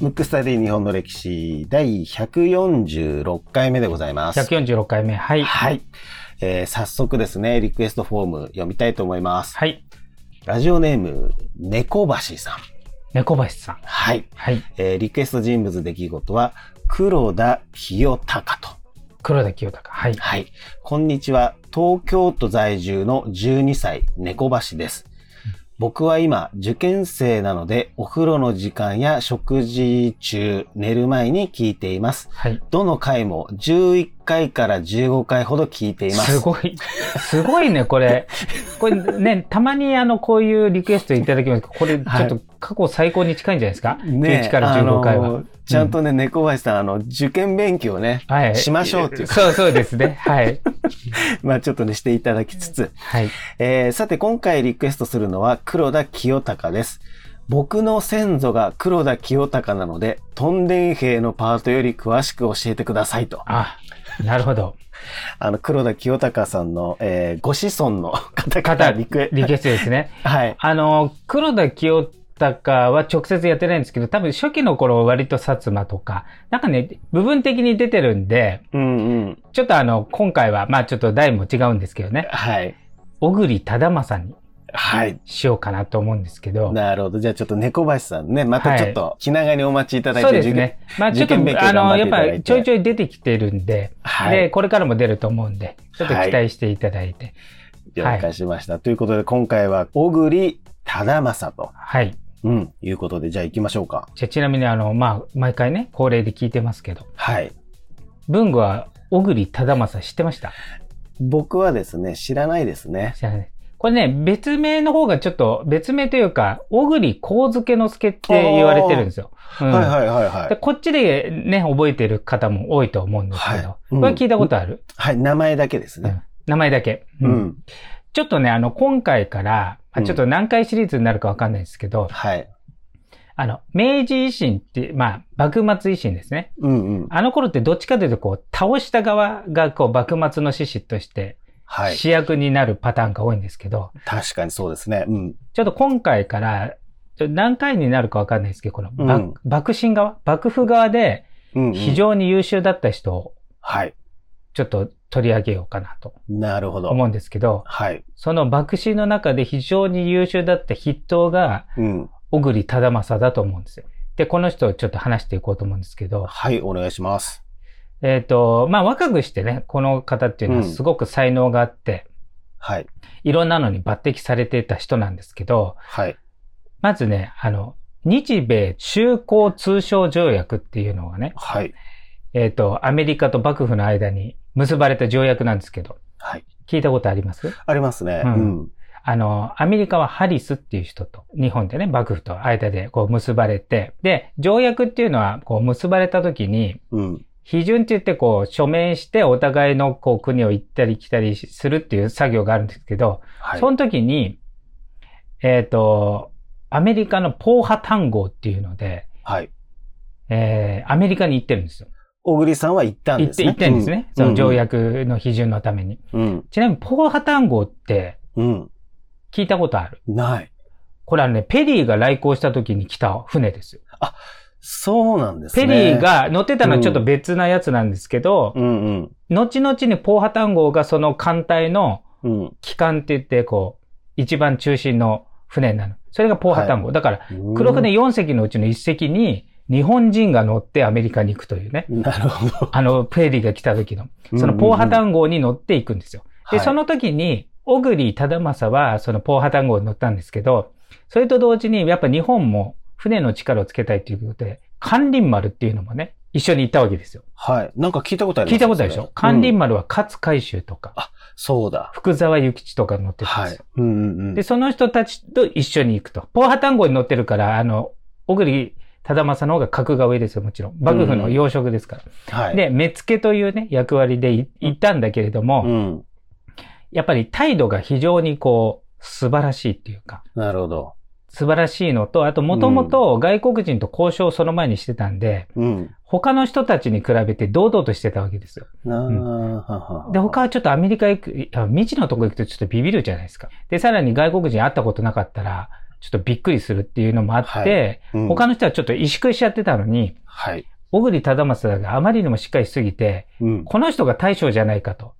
ムックスタディ日本の歴史第146回目でございます。 146回目。はい。はい。えー早速ですね、リクエストフォーム読みたいと思います。はい。ラジオネーム、猫橋さん。猫林さん。はい。はい。えーリクエスト人物出来事は、黒田清隆と。黒田清隆。はい。はい。こんにちは。東京都在住の12歳、猫橋です。僕は今、受験生なので、お風呂の時間や食事中、寝る前に聞いています。はい。どの回も11回から15回ほど聞いています。すごい。すごいね、これ。これね、たまにあの、こういうリクエストいただきますけど、これちょっと過去最高に近いんじゃないですか、ね ?11 から15回あは。のちゃんとね、猫林さん、あの、受験勉強ね、 はい。しましょうっていうか、そうそうですね。はい。まあちょっとね、していただきつつ、はい。えーさて今回リクエストするのは黒田清隆です。僕の先祖が黒田清隆なので、トンデン兵のパートより詳しく教えてくださいと。あ、なるほど。あの、黒田清隆さんの、えーご子孫の方から方、リクエリクエストですね。はい。あの、黒田清隆は直接やってないんですけど、多分初期の頃は割と薩摩とか、なんかね、部分的に出てるんで、うんうん。ちょっとあの、今回は、まあちょっと題も違うんですけどね、はい。小栗忠正にはい。しようかなと思うんですけど、なるほど。じゃあちょっと猫橋さんね、またちょっと気長にお待ちいただいて、そうです受験ね。まあちょっと受験勉、強あの、頑張っやっていただぱいてりちょいちょい出てきてるんで、はいで、これからも出ると思うんで、ちょっと期待していただいて、了解しました。ということで今回は小栗忠正と、はい。うん、いうことで、じゃあ行きましょうか。じゃあちなみにあの、まあ、毎回ね、恒例で聞いてますけど、はい。文具は小栗忠正知ってました僕はですね、知らないですね。知らない。これね、別名の方がちょっと、別名というか、小栗光介之助って言われてるんですよ。うんはいはいはいはでい。こっちでね、覚えてる方も多いと思うんですけど、はいうんこれ聞いたことある、はい、名前だけですね。名前だけ、ううんん。ちょっとね、あの、今回から、まあちょっと何回シリーズになるかわかんないですけど、はい。あの、明治維新って、まあ、幕末維新ですね。うんうん。あの頃ってどっちかというと、こう、倒した側が、こう、幕末の志士として、はい。主役になるパターンが多いんですけど、確かにそうですね。うん。ちょっと今回から、ちょっと何回になるかわかんないですけど、この、ばうん幕臣側、幕府側でうんうん非常に優秀だった人をはい。ちょっと取り上げようかなとなるほど。思うんですけど、はい。その幕臣の中で非常に優秀だった筆頭がうん。小栗忠正だと思うんですよ。で、この人をちょっと話していこうと思うんですけど、はい、お願いします。えっ、と、まあ若くしてね、この方っていうのはうんすごく才能があって、はい。いろんなのに抜擢されていた人なんですけど、はい。まずね、あの、日米修好通商条約っていうのがね、はい。えっ、と、アメリカと幕府の間に結ばれた条約なんですけど、はい。聞いたことありますありますね。ううんん。あの、アメリカはハリスっていう人と、日本でね、幕府と間でこう結ばれて、で、条約っていうのはこう結ばれた時に、うん。批准って言ってこう署名してお互いのこう国を行ったり来たりするっていう作業があるんですけど、はいそ。の時に、えっ、と、アメリカのポーハ単号っていうので、はい。えー、アメリカに行ってるんですよ。小栗さんは行ったん行でっすて、ね。行ってんですね。うんその条。約の批准のために。うん。ちなみに、ポーハ単語ってうん。聞いたことあるうんない。これはね、ペリーが来航した時に来た船ですよ。そうなんですね。ペリー、が乗ってたのはちょっと別なやつなんですけど、うんうん。後々にポーハ単語がその艦隊のうん。機関って言って、こう、一番中心の船なの。それがポーハ単語。だから、黒船4隻のうちの1隻に日本人が乗ってアメリカに行くというね。うん。 なるほど。あの、ペリーが来た時の。そのポーハ単語に乗っていくんですよ。で、はいその時に、小栗忠正は、そのポーハ単語に乗ったんですけど、それと同時に、やっぱ日本も船の力をつけたいということで、関林丸っていうのもね、一緒に行ったわけですよ。はい。なんか聞いたことあります聞いたことあるでしょ関林丸は勝海舟とか、そうだ。福沢諭吉とか乗ってたんではすいよ。。うんうんうんで、。その人たちと一緒に行くと。ポーハ単語に乗ってるから、あの、小栗忠正の方が格が上ですよ、もちろん。幕府の要職ですから。はい。で、目付けというね、役割でい行ったんだけれども、うん。やっぱり態度が非常にこう、素晴らしいっていうか、なるほど。素晴らしいのと、あともともと外国人と交渉をその前にしてたんで、うん。他の人たちに比べて堂々としてたわけですよ。なうんあで、他はちょっとアメリカ行く、いや未知のとこ行くとちょっとビビるじゃないですか。で、さらに外国人会ったことなかったら、ちょっとびっくりするっていうのもあって、うん他の人はちょっと萎縮しちゃってたのに、はい。小栗忠正があまりにもしっかりしすぎて、うん。この人が大将じゃないかと。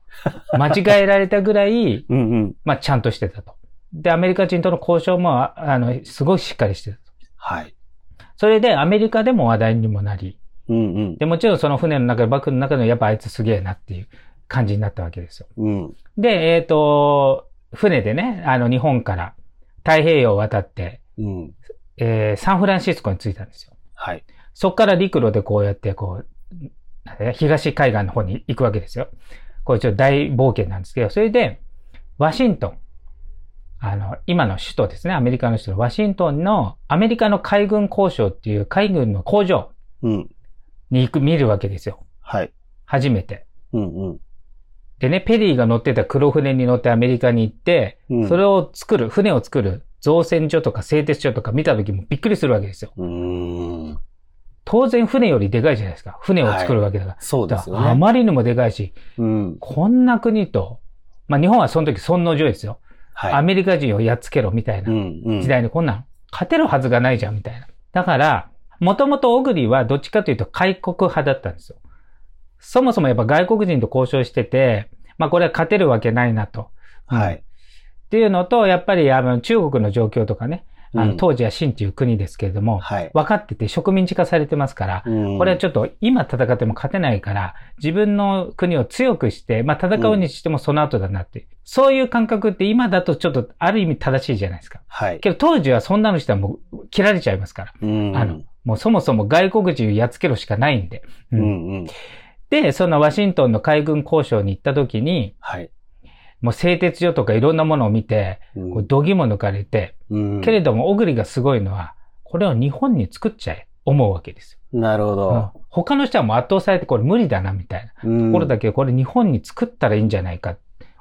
間違えられたぐらい、うんうん。まあちゃんとしてたと。で、アメリカ人との交渉も、ああの、すごいしっかりしてたと。はい。それでアメリカでも話題にもなり、うんうん。で、もちろんその船の中で、バッグの中でもやっぱあいつすげえなっていう感じになったわけですよ。うん。で、えっ、と、船でね、あの、日本から太平洋を渡って、うん。えーサンフランシスコに着いたんですよ。はい。そっから陸路でこうやって、こう、なんだね東海岸の方に行くわけですよ。これちょっと大冒険なんですけど、それで、ワシントン。あの、今の首都ですね、アメリカの首都のワシントンのアメリカの海軍交渉っていう海軍の工場うん。に行く、見るわけですよ。はい。初めて。うんうん。でね、ペリーが乗ってた黒船に乗ってアメリカに行って、うんそれを作る、船を作る造船所とか製鉄所とか見た時もびっくりするわけですよ。うーん。当然船よりでかいじゃないですか。船を作るわけだから。そうですあよね。まりにもでかいし、うん。こんな国と、まあ日本はその時尊王攘夷ですよ、アはい。メリカ人をやっつけろみたいなうんうん。時代にこんなん勝てるはずがないじゃんみたいな。だから、もともと小栗はどっちかというと開国派だったんですよ。そもそもやっぱ外国人と交渉してて、まあこれは勝てるわけないなと。はい。っていうのと、やっぱりあの中国の状況とかね、あの当時は清っていう国ですけれども、はい。分かってて植民地化されてますから、ここれはちょっと今戦っても勝てないから、自分の国を強くして、まあ戦うにしてもその後だなっていう、そういう感覚って今だとちょっとある意味正しいじゃないですか。はい。けど当時はそんなのしたらもう切られちゃいますから。うんあの、もうそもそも外国人をやっつけろしかないんで。ううんんうん。で、そのワシントンの海軍交渉に行った時に、はい。もう製鉄所とかいろんなものを見て、こう度肝抜かれて、けれど、ども、小栗がすごいのは、これを日本に作っちゃえ、思うわけですよ。なるほど。うん他の人はもう圧倒されて、これ無理だな、みたいなとところだけ。けど、これ日本に作ったらいいんじゃないか、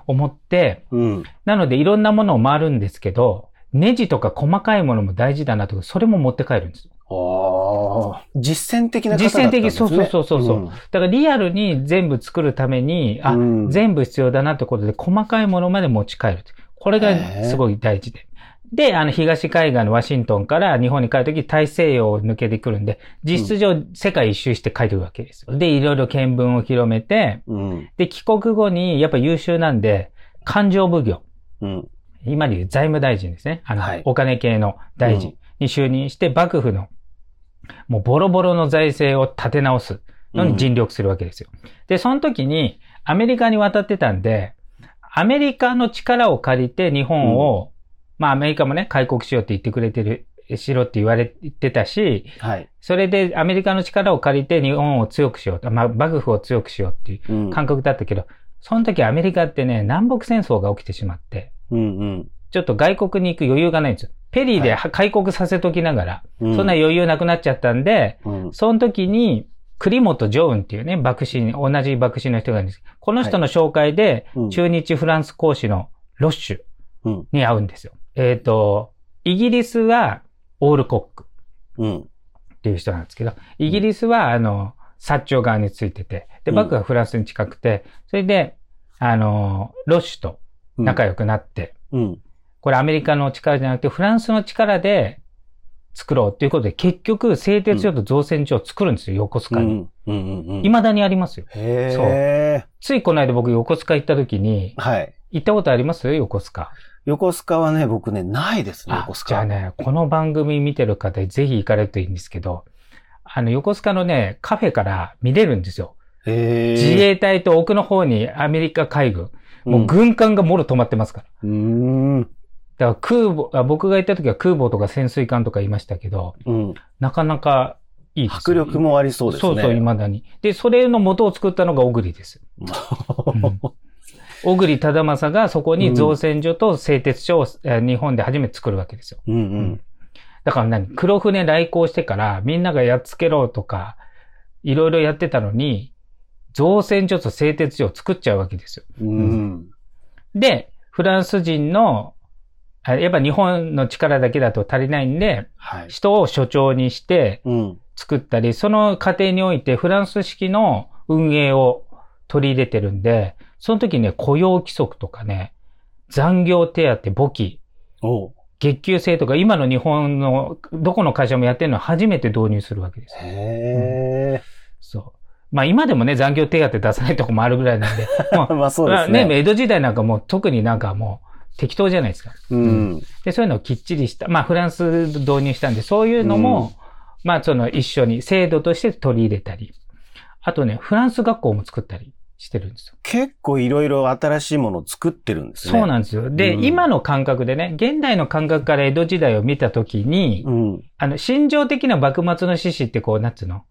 思って、うん。なのでいろんなものを回るんですけど、ネジとか細かいものも大事だなとか、それも持って帰るんですよ。おー実践的な方だっ実たん践ですね。的、そうそうそうそうそう。ん。だからリアルに全部作るために、あ、うん全部必要だなってことで、細かいものまで持ち帰ると。これがすごい大事で。で、あの、東海岸のワシントンから日本に帰るとき、大西洋を抜けてくるんで、実質上世界一周して帰ってくるわけですよ。で、いろいろ見聞を広めて、うん。で、帰国後にやっぱ優秀なんで、勘定奉行、うん。今でいう財務大臣ですね。あの、はいお金系の大臣に就任して、幕府の、もうボロボロの財政を立て直す。のに尽力するわけですよ。で、その時にアメリカに渡ってたんで、アメリカの力を借りて日本を、まあアメリカもね、開国しようって言ってくれてる、しろって言われてたし、はい。それでアメリカの力を借りて日本を強くしようと、まあ幕府を強くしようっていううん感覚だったけど、その時アメリカってね、南北戦争が起きてしまって、うんうん。ちょっと外国に行く余裕がないんですよ。ペリーで開国させときながら、うそんな余裕なくなっちゃったんで、うん。その時に、栗本常雲っていうね、幕臣、同じ幕臣の人がいるんですけどこの人の紹介で、うん中日フランス講師のロッシュうんに会うんですよ。えっ、と、イギリスはオールコックうん。っていう人なんですけど、イギリスは、あの、薩長側についてて、で、うん幕府はフランスに近くて、それで、あの、ロッシュと仲良くなって、うん。これアメリカの力じゃなくて、フランスの力で作ろうっていうことで、結局、製鉄所と造船所を作るんですよ、横須う賀に。ん。うんうんうん。、未だにありますよ。へーついこの間僕横須賀行った時に、はい。行ったことあります横須賀。横須賀はね、僕ね、ないですね、あ横須賀。じゃあ。ね、この番組見てる方ぜひ行かれるといいんですけど、あの横須賀のね、カフェから見れるんですよ。へー自衛隊と奥の方にアメリカ海軍。もうう軍艦がもろ止まってますから。ん。うん。だから空母、あ僕が行った時は空母とか潜水艦とかいましたけど、うん。なかなかいいです迫力もありそうですね。そうそう、未だに。で、それの元を作ったのが小栗です。うん小栗忠正がそこに造船所と製鉄所をえー日本で初めて作るわけですよ。うんうん。だから何黒船来航してからみんながやっつけろとか、いろいろやってたのに、造船所と製鉄所を作っちゃうわけですよ。うん。で、フランス人の、あやっぱ日本の力だけだと足りないんで、はい。人を所長にしてうん。作ったり、その過程においてフランス式の運営を取り入れてるんで、その時ね、雇用規則とかね、残業手当、簿記、おう月給制とか、今の日本のどこの会社もやってるのは初めて導入するわけですよ。へえ。そう。まあ今でもね、残業手当出さないとこもあるぐらいなんで、もまあ そうですまあね。江戸時代なんかもう特になんかもう適当じゃないですか。うん。で、そういうのをきっちりした、まあフランス導入したんで、そういうのも、まあその一緒に制度として取り入れたり、あとね、フランス学校も作ったりしてるんですよ。結構いろいろ新しいものを作ってるんですね。そうんなんですよ。で、うん今の感覚でね、現代の感覚から江戸時代を見たときに、うん。あの、心情的な幕末の志士ってこう、なんつうの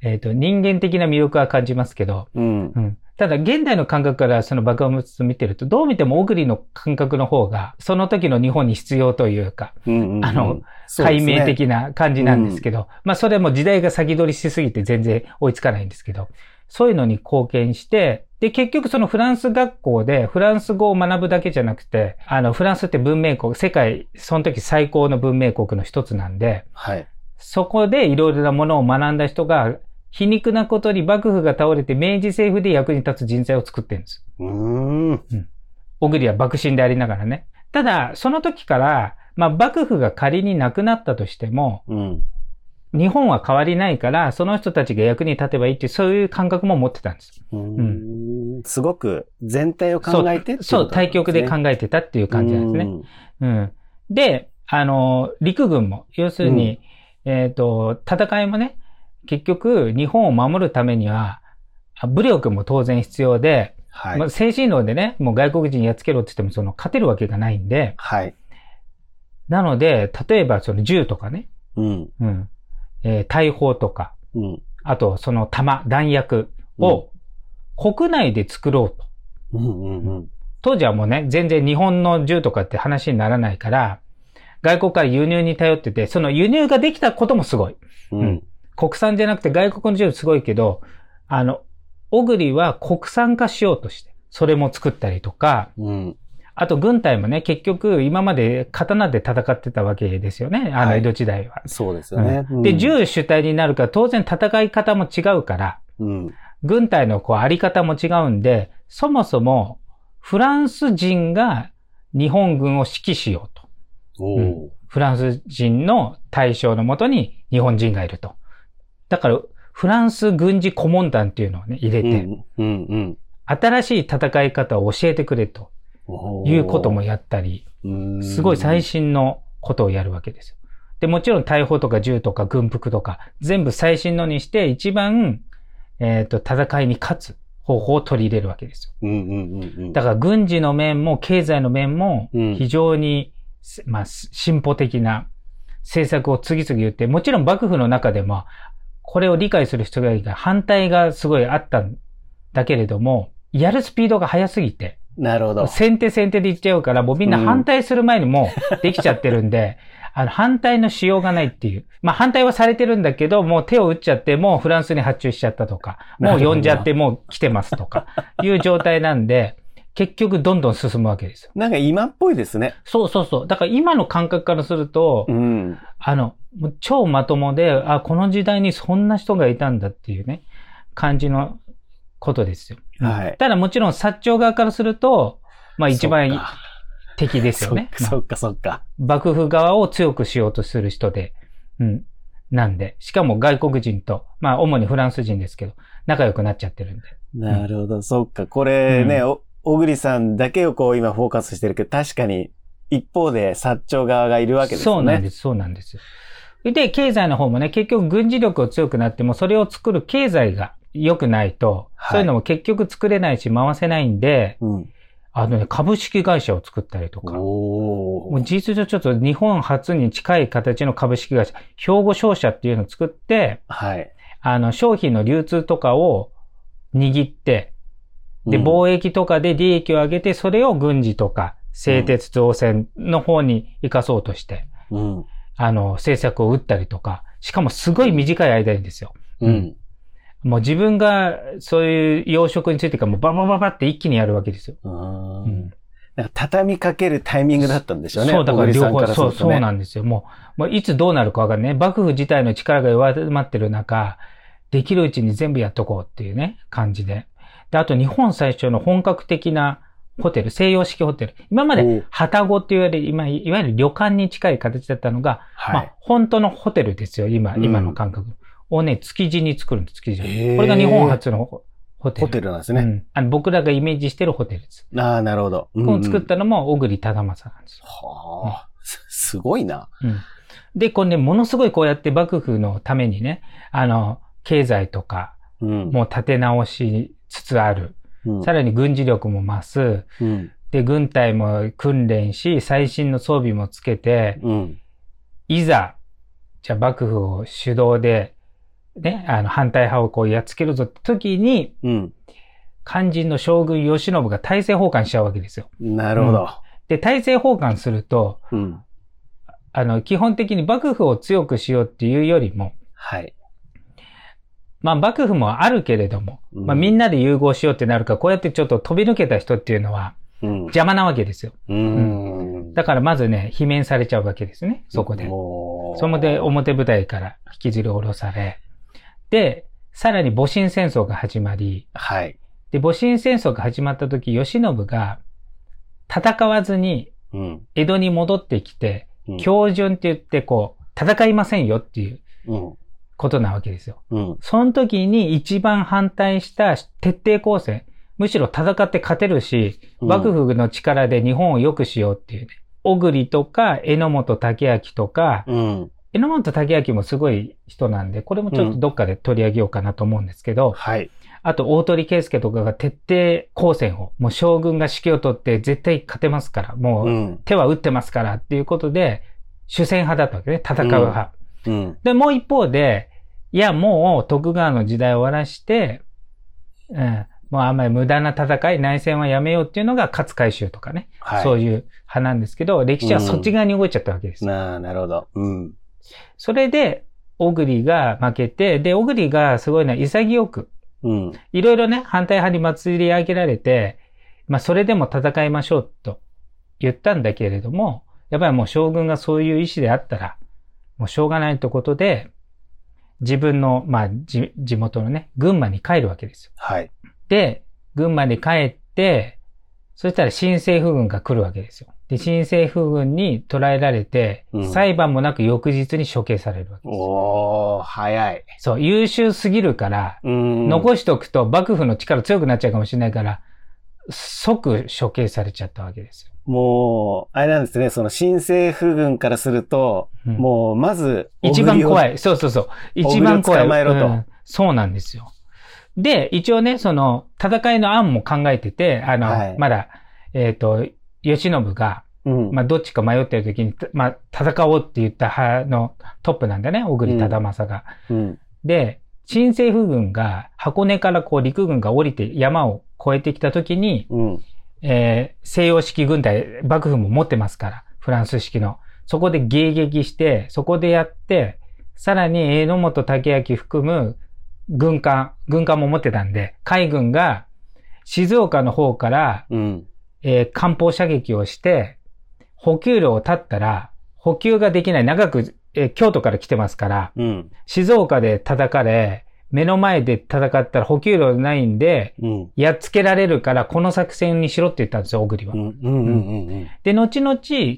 えっ、と、人間的な魅力は感じますけど、うんう。ん。ただ、現代の感覚からその幕末を見てると、どう見てもオグリの感覚の方が、その時の日本に必要というか、うんうんあの、そうで解すね明的な感じなんですけど、まあ、それも時代が先取りしすぎて全然追いつかないんですけど、そういうのに貢献して、で、結局そのフランス学校でフランス語を学ぶだけじゃなくて、あの、フランスって文明国、世界、その時最高の文明国の一つなんで、はい。そこでいろいろなものを学んだ人が、皮肉なことに幕府が倒れて明治政府で役に立つ人材を作ってるんです。うーん。小栗は幕臣でありながらね。ただ、その時から、まあ、幕府が仮になくなったとしても、うん。日本は変わりないから、その人たちが役に立てばいいっていう、そういう感覚も持ってたんです。うーんすごく全体を考えてっていそう、対局で考ええてたっていうる感じなんですね。ね。うん。で、あの、陸軍も、要するに、えっ、と、戦いもね、結局、日本を守るためには、あ武力も当然必要で、はいまあ、。精神論でね、もう外国人やっつけろって言っても、その、勝てるわけがないんで、はい。なので、例えば、その銃とかね、うん。うん、えー大砲とか、うん。あと、その弾、弾薬を、国内で作ろうと。うんうんうん。当時はもうね、全然日本の銃とかって話にならないから、外国から輸入に頼ってて、その輸入ができたこともすごい。うんうん国産じゃなくて外国の銃すごいけど、あの、小栗は国産化しようとして、それも作ったりとか、うん。あと軍隊もね、結局今まで刀で戦ってたわけですよね、あのはい江戸時代は。そうですよね。うで、ん、銃主体になるから当然戦い方も違うから、うん。軍隊のこうあり方も違うんで、そもそもフランス人が日本軍を指揮しようと。おーフランス人の対象のもとに日本人がいると。だから、フランス軍事顧問団っていうのをね、入れうて、ん。うん。うん。新しい戦い方を教えてくれとおーいうこともやったり、うんすごい最新のことをやるわけですよ。で、もちろん大砲とか銃とか軍服とか、全部最新のにして、一番、えっ、と、戦いに勝つ方法を取り入れるわけですよ。うんうんうんうん。だから軍事の面も経済の面もうん非常に、すまあ、す進歩的な政策を次々言って、もちろん幕府の中でも、これを理解する人がいるから反対がすごいあったんだけれども、やるスピードが速すぎて、なるほど。先手先手でいっちゃうから、もうみんな反対する前にもう できちゃってるんで、あの、反対のしようがないっていう。まあ、反対はされてるんだけど、もう手を打っちゃって、もうフランスに発注しちゃったとか、もう呼んじゃって、もう来てますとか、いう状態なんで、結局どんどん進むわけですよ。なんか今っぽいですね。そうそうそう。だから今の感覚からすると、うん。あの、もう超まともで、あ、この時代にそんな人がいたんだっていうね、感じのことですよ。はいただもちろん、薩長側からすると、まあ一番敵ですよ そっね。かそっかそっか。幕府側を強くしようとする人で、うん。なんで、しかも外国人と、まあ主にフランス人ですけど、仲良くなっちゃってるんで。なるほど、そっか。これね、うお小栗さんだけをこう今フォーカスしてるけど、確かに一方で薩長側がいるわけですそようなんね。です、そうなんです。で、経済の方もね、結局軍事力を強くなっても、それを作る経済が良くないと、はいそういうのも結局作れないし、回せないんで、そうなんです。あのね、株式会社を作ったりとうん。か、おもうー事実上ちょっと日本初に近い形の株式会社、兵庫商社っていうのを作って、はい。あの、商品の流通とかを握って、で、うん貿易とかで利益を上げて、それを軍事とか、製鉄造船の方に生かそうとして、うん。あの、政策を打ったりとか、しかもすごい短い間にですよ。うん。もう自分がそういう養殖についてからもうババババって一気にやるわけですよ。ううんんなんか畳みかけるタイミングだったんでしょうね。そう、だか小ら栗両さん方、らすそう、るとそうねなんですよ。もう、もういつどうなるかわかんない。幕府自体の力が弱まってる中、できるうちに全部やっとこうっていうね、感じで。で、あと日本最初の本格的なホテル、西洋式ホテル。今まおでう、旗子って言われる、今、いわゆる旅館に近い形だったのが、まはいあ、本当のホテルですよ、今、うん今の感覚。をね、築地に作るんです、築地へに。ーこれが日本初のホホテル。ホテルなんですうね。んあの僕らがイメージしてるホテルです。ああ、なるほど。うんこの作ったのも小栗忠正なんですよ。はあ、すすごいな。うんで、これね、ものすごいこうやって幕府のためにね、あの、経済とかうん。もう立て直しつつある。うんさらに軍事力も増うす。ん。で、軍隊も訓練し、最新の装備もつけて、うん。いざ、じゃあ幕府を主導で、ね、あの、反対派をこうやっつけるぞって時に、うん。肝心の将軍慶喜が大政奉還しちゃうわけですよ。なるほど。で、大政奉還すると、うん。あの、基本的に幕府を強くしようっていうよりも、はい。まあ幕府もあるけれども、うんまあみんなで融合しようってなるから、こうやってちょっと飛び抜けた人っていうのはうん。邪魔なわけですよ。うん。だからまずね、罷免されちゃうわけですね、そこで。おーそこで表舞台から引きずり下ろされ、で、さらに戊辰戦争が始まり、はい。で、戊辰戦争が始まった時、慶喜が戦わずにうん。江戸に戻ってきて、うん標準って言ってこう、戦いませんよっていううん。ことなわけですよ。うん。その時に一番反対した徹底抗戦。むしろ戦って勝てるし、うん幕府の力で日本を良くしようっていうね。小栗とか、榎本武明とか、うん。榎本武明もすごい人なんで、これもちょっとどっかで取り上げようかなと思うんですけど、はい。あと大鳥圭介とかが徹底抗戦を、もう将軍が指揮を取って絶対勝てますから、もう。ううん手は打ってますからっていうことで、主戦派だったわけね、戦う派。うん。で、もう一方で、いや、もう徳川の時代を終わらして、うん、もうあんまり無駄な戦い、内戦はやめようっていうのが勝海舟とかね、はい。そういう派なんですけど、歴史はそっち側に動いちゃったわけですよ。なあ、なるほど。うん。それで、小栗が負けて、で、小栗がすごいのは潔く、うん。いろいろね、反対派に祭り上げられて、まあ、それでも戦いましょうと言ったんだけれども、やっぱりもう将軍がそういう意志であったら、もうしょうがないってことで、自分の、まあ、じ地元のね、群馬に帰るわけですよ。はい。で、群馬に帰って、そしたら新政府軍が来るわけですよ。で、新政府軍に捕らえられてう、ん裁判もなく翌日に処刑されるわけですよ。おー、早い。そう、優秀すぎるから、うん。残しとくと幕府の力強くなっちゃうかもしれないから、即処刑されちゃったわけですよ。もう、あれなんですね、その新政府軍からすると、うんもう、まず、一番怖い。い。そうそうそう。一番怖い。捕まえろとうんそうなんですよ。で、一応ね、その、戦いの案も考えてて、あの、はいまだ、えっ、と、慶喜が、うん。まあ、どっちか迷ってる時に、まあ、戦おうって言った派のトップなんだね、小栗忠正が。うん。で、新政府軍が、箱根からこう、陸軍が降りて山を越えてきた時に、うん。えー西洋式軍隊、幕府も持ってますから、フランス式の。そこで迎撃して、そこでやって、さらに榎本武明含む軍艦、軍艦も持ってたんで、海軍が静岡の方から、うん。えー艦砲射撃をして、補給路を断ったら、補給ができない、長く、えー京都から来てますから、うん。静岡で叩かれ、目の前で戦ったら補給路ないんで、うん。やっつけられるから、この作戦にしろって言ったんですよ、小栗はう。ん。うん。うん。で、後々、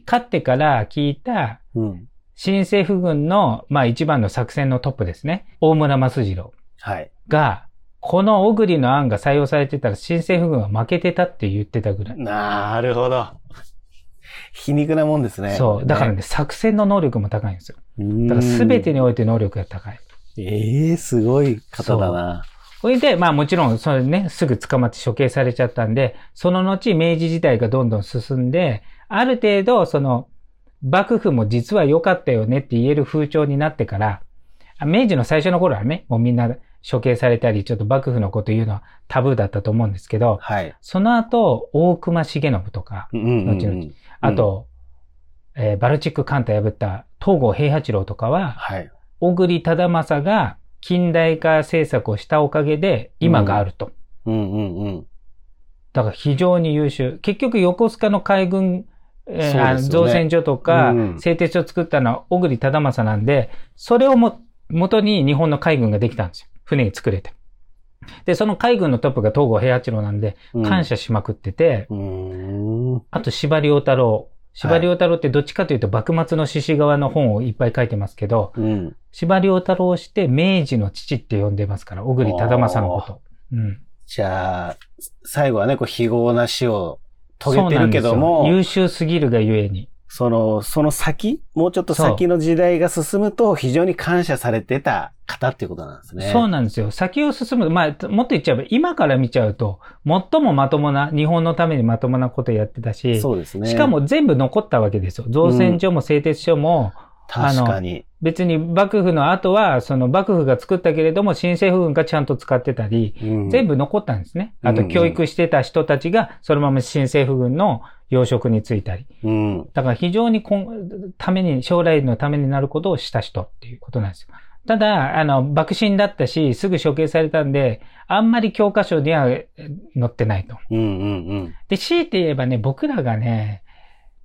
勝ってから聞いた、うん。うん。新政府軍の、まあ一番の作戦のトップですね、大村益次郎はい。が、この小栗の案が採用されてたら、新政府軍は負けてたって言ってたぐらい。なるほど。皮肉なもんですね。そう。だからね、作戦の能力も高いんですよ。ね、だだから全てにおいて能力が高い。ええすごい方だな。それで、まあもちろん、それね、すぐ捕まって処刑されちゃったんで、その後、明治時代がどんどん進んで、ある程度、その、幕府も実は良かったよねって言える風潮になってから、あ明治の最初の頃はね、もうみんな処刑されたり、ちょっと幕府のこと言うのはタブーだったと思うんですけど、はい。その後、大隈重信とか、うんうんうん後々あと、えーバルチック艦隊破った東郷平八郎とかは、はい。小栗忠政が近代化政策をしたおかげで今があると。うんうんうん。だから非常に優秀。結局横須賀の海軍、えそうーあですよね造船所とか、うん製鉄所を作ったのは小栗忠政なんで、それをも、元に日本の海軍ができたんですよ。船作れて。で、その海軍のトップが東郷平八郎なんで、感謝。謝しまくってて、うーん。あと、司馬遼太郎。司馬はい遼太郎ってどっちかというと、幕末の獅子側の本をいっぱい書いてますけど、うん。司馬遼太郎をして、明治の父って呼んでますから、小栗忠政のこと。うん。じゃあ、最後はね、こう、非合な死を遂げてるけどそうも、なんそですよ優秀すぎるがゆえに。の、その先、もうちょっと先の時代が進むと、非常に感謝されてた方っていうことなんですね。そうなんですよ。先を進む。まあ、もっと言っちゃえば、今から見ちゃうと、最もまともな、日本のためにまともなことやってたし、そうですね。しか、も全部残ったわけですよ。造船所も製鉄所も、確かに。別に幕府の後は、その幕府が作ったけれども、新政府軍がちゃんと使ってたり、部、全部残ったんですね。うんあと教育してた人たちがそのまま新政府軍の養殖に就いたり。うん。だから非常にこんために、将来のためになることをした人っていうことなんですよ。ただ、あの、幕臣だったし、すぐ処刑されたんで、あんまり教科書にはえ載ってないと。うんうんうん。で、強いて言えばね、僕らがね、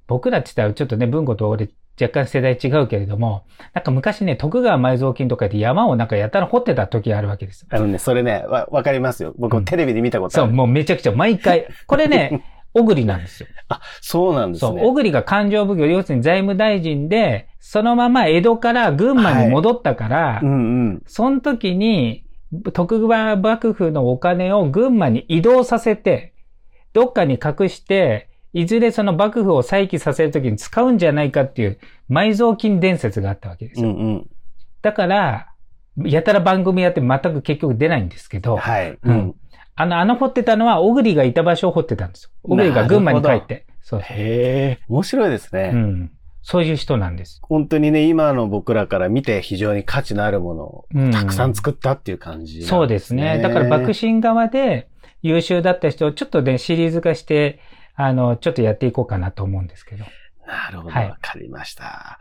僕らって言ったらちょっとね、文庫と俺若干世代違うけれども、なんか昔ね、徳川埋蔵金とかで山をなんかやたら掘ってた時があるわけです。あのね、それね、わ、わかりますよ。僕うもんテレビで見たことそあう、る。もうめちゃくちゃ毎回。こ れね、小栗なんですよ。そうなんですそう、ね。小栗が勘定奉行、要するに財務大臣で、そのまま江戸から群馬に戻ったから、うんうん。その時に、徳川幕府のお金を群馬に移動させて、どっかに隠して、いずれその幕府を再起させるときに使うんじゃないかっていう埋蔵金伝説があったわけですうよ。んうん。だから、やたら番組やって全く結局出ないんですけど、はい。うん。あの、あの掘ってたのは、小栗がいた場所を掘ってたんですよ。小栗が群馬に帰って。そうそへえ。面白いですね。う。うん。そういう人なんです。本当にね、今の僕らから見て非常に価値のあるものをうんたくさん作ったっていう感じなん、そうですね。だから、幕臣側で優秀だった人をちょっとね、シリーズ化して、あの、ちょっとやっていこうかなと思うんですけど。なるほど、わ、はいかりました。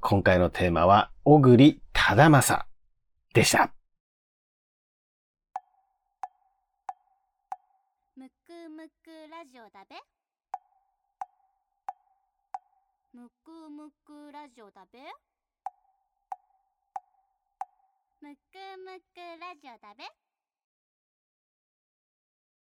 今回のテーマは、小栗忠政でした。むくむくラジオだべむくむくラジオだべむくむくラジオだべ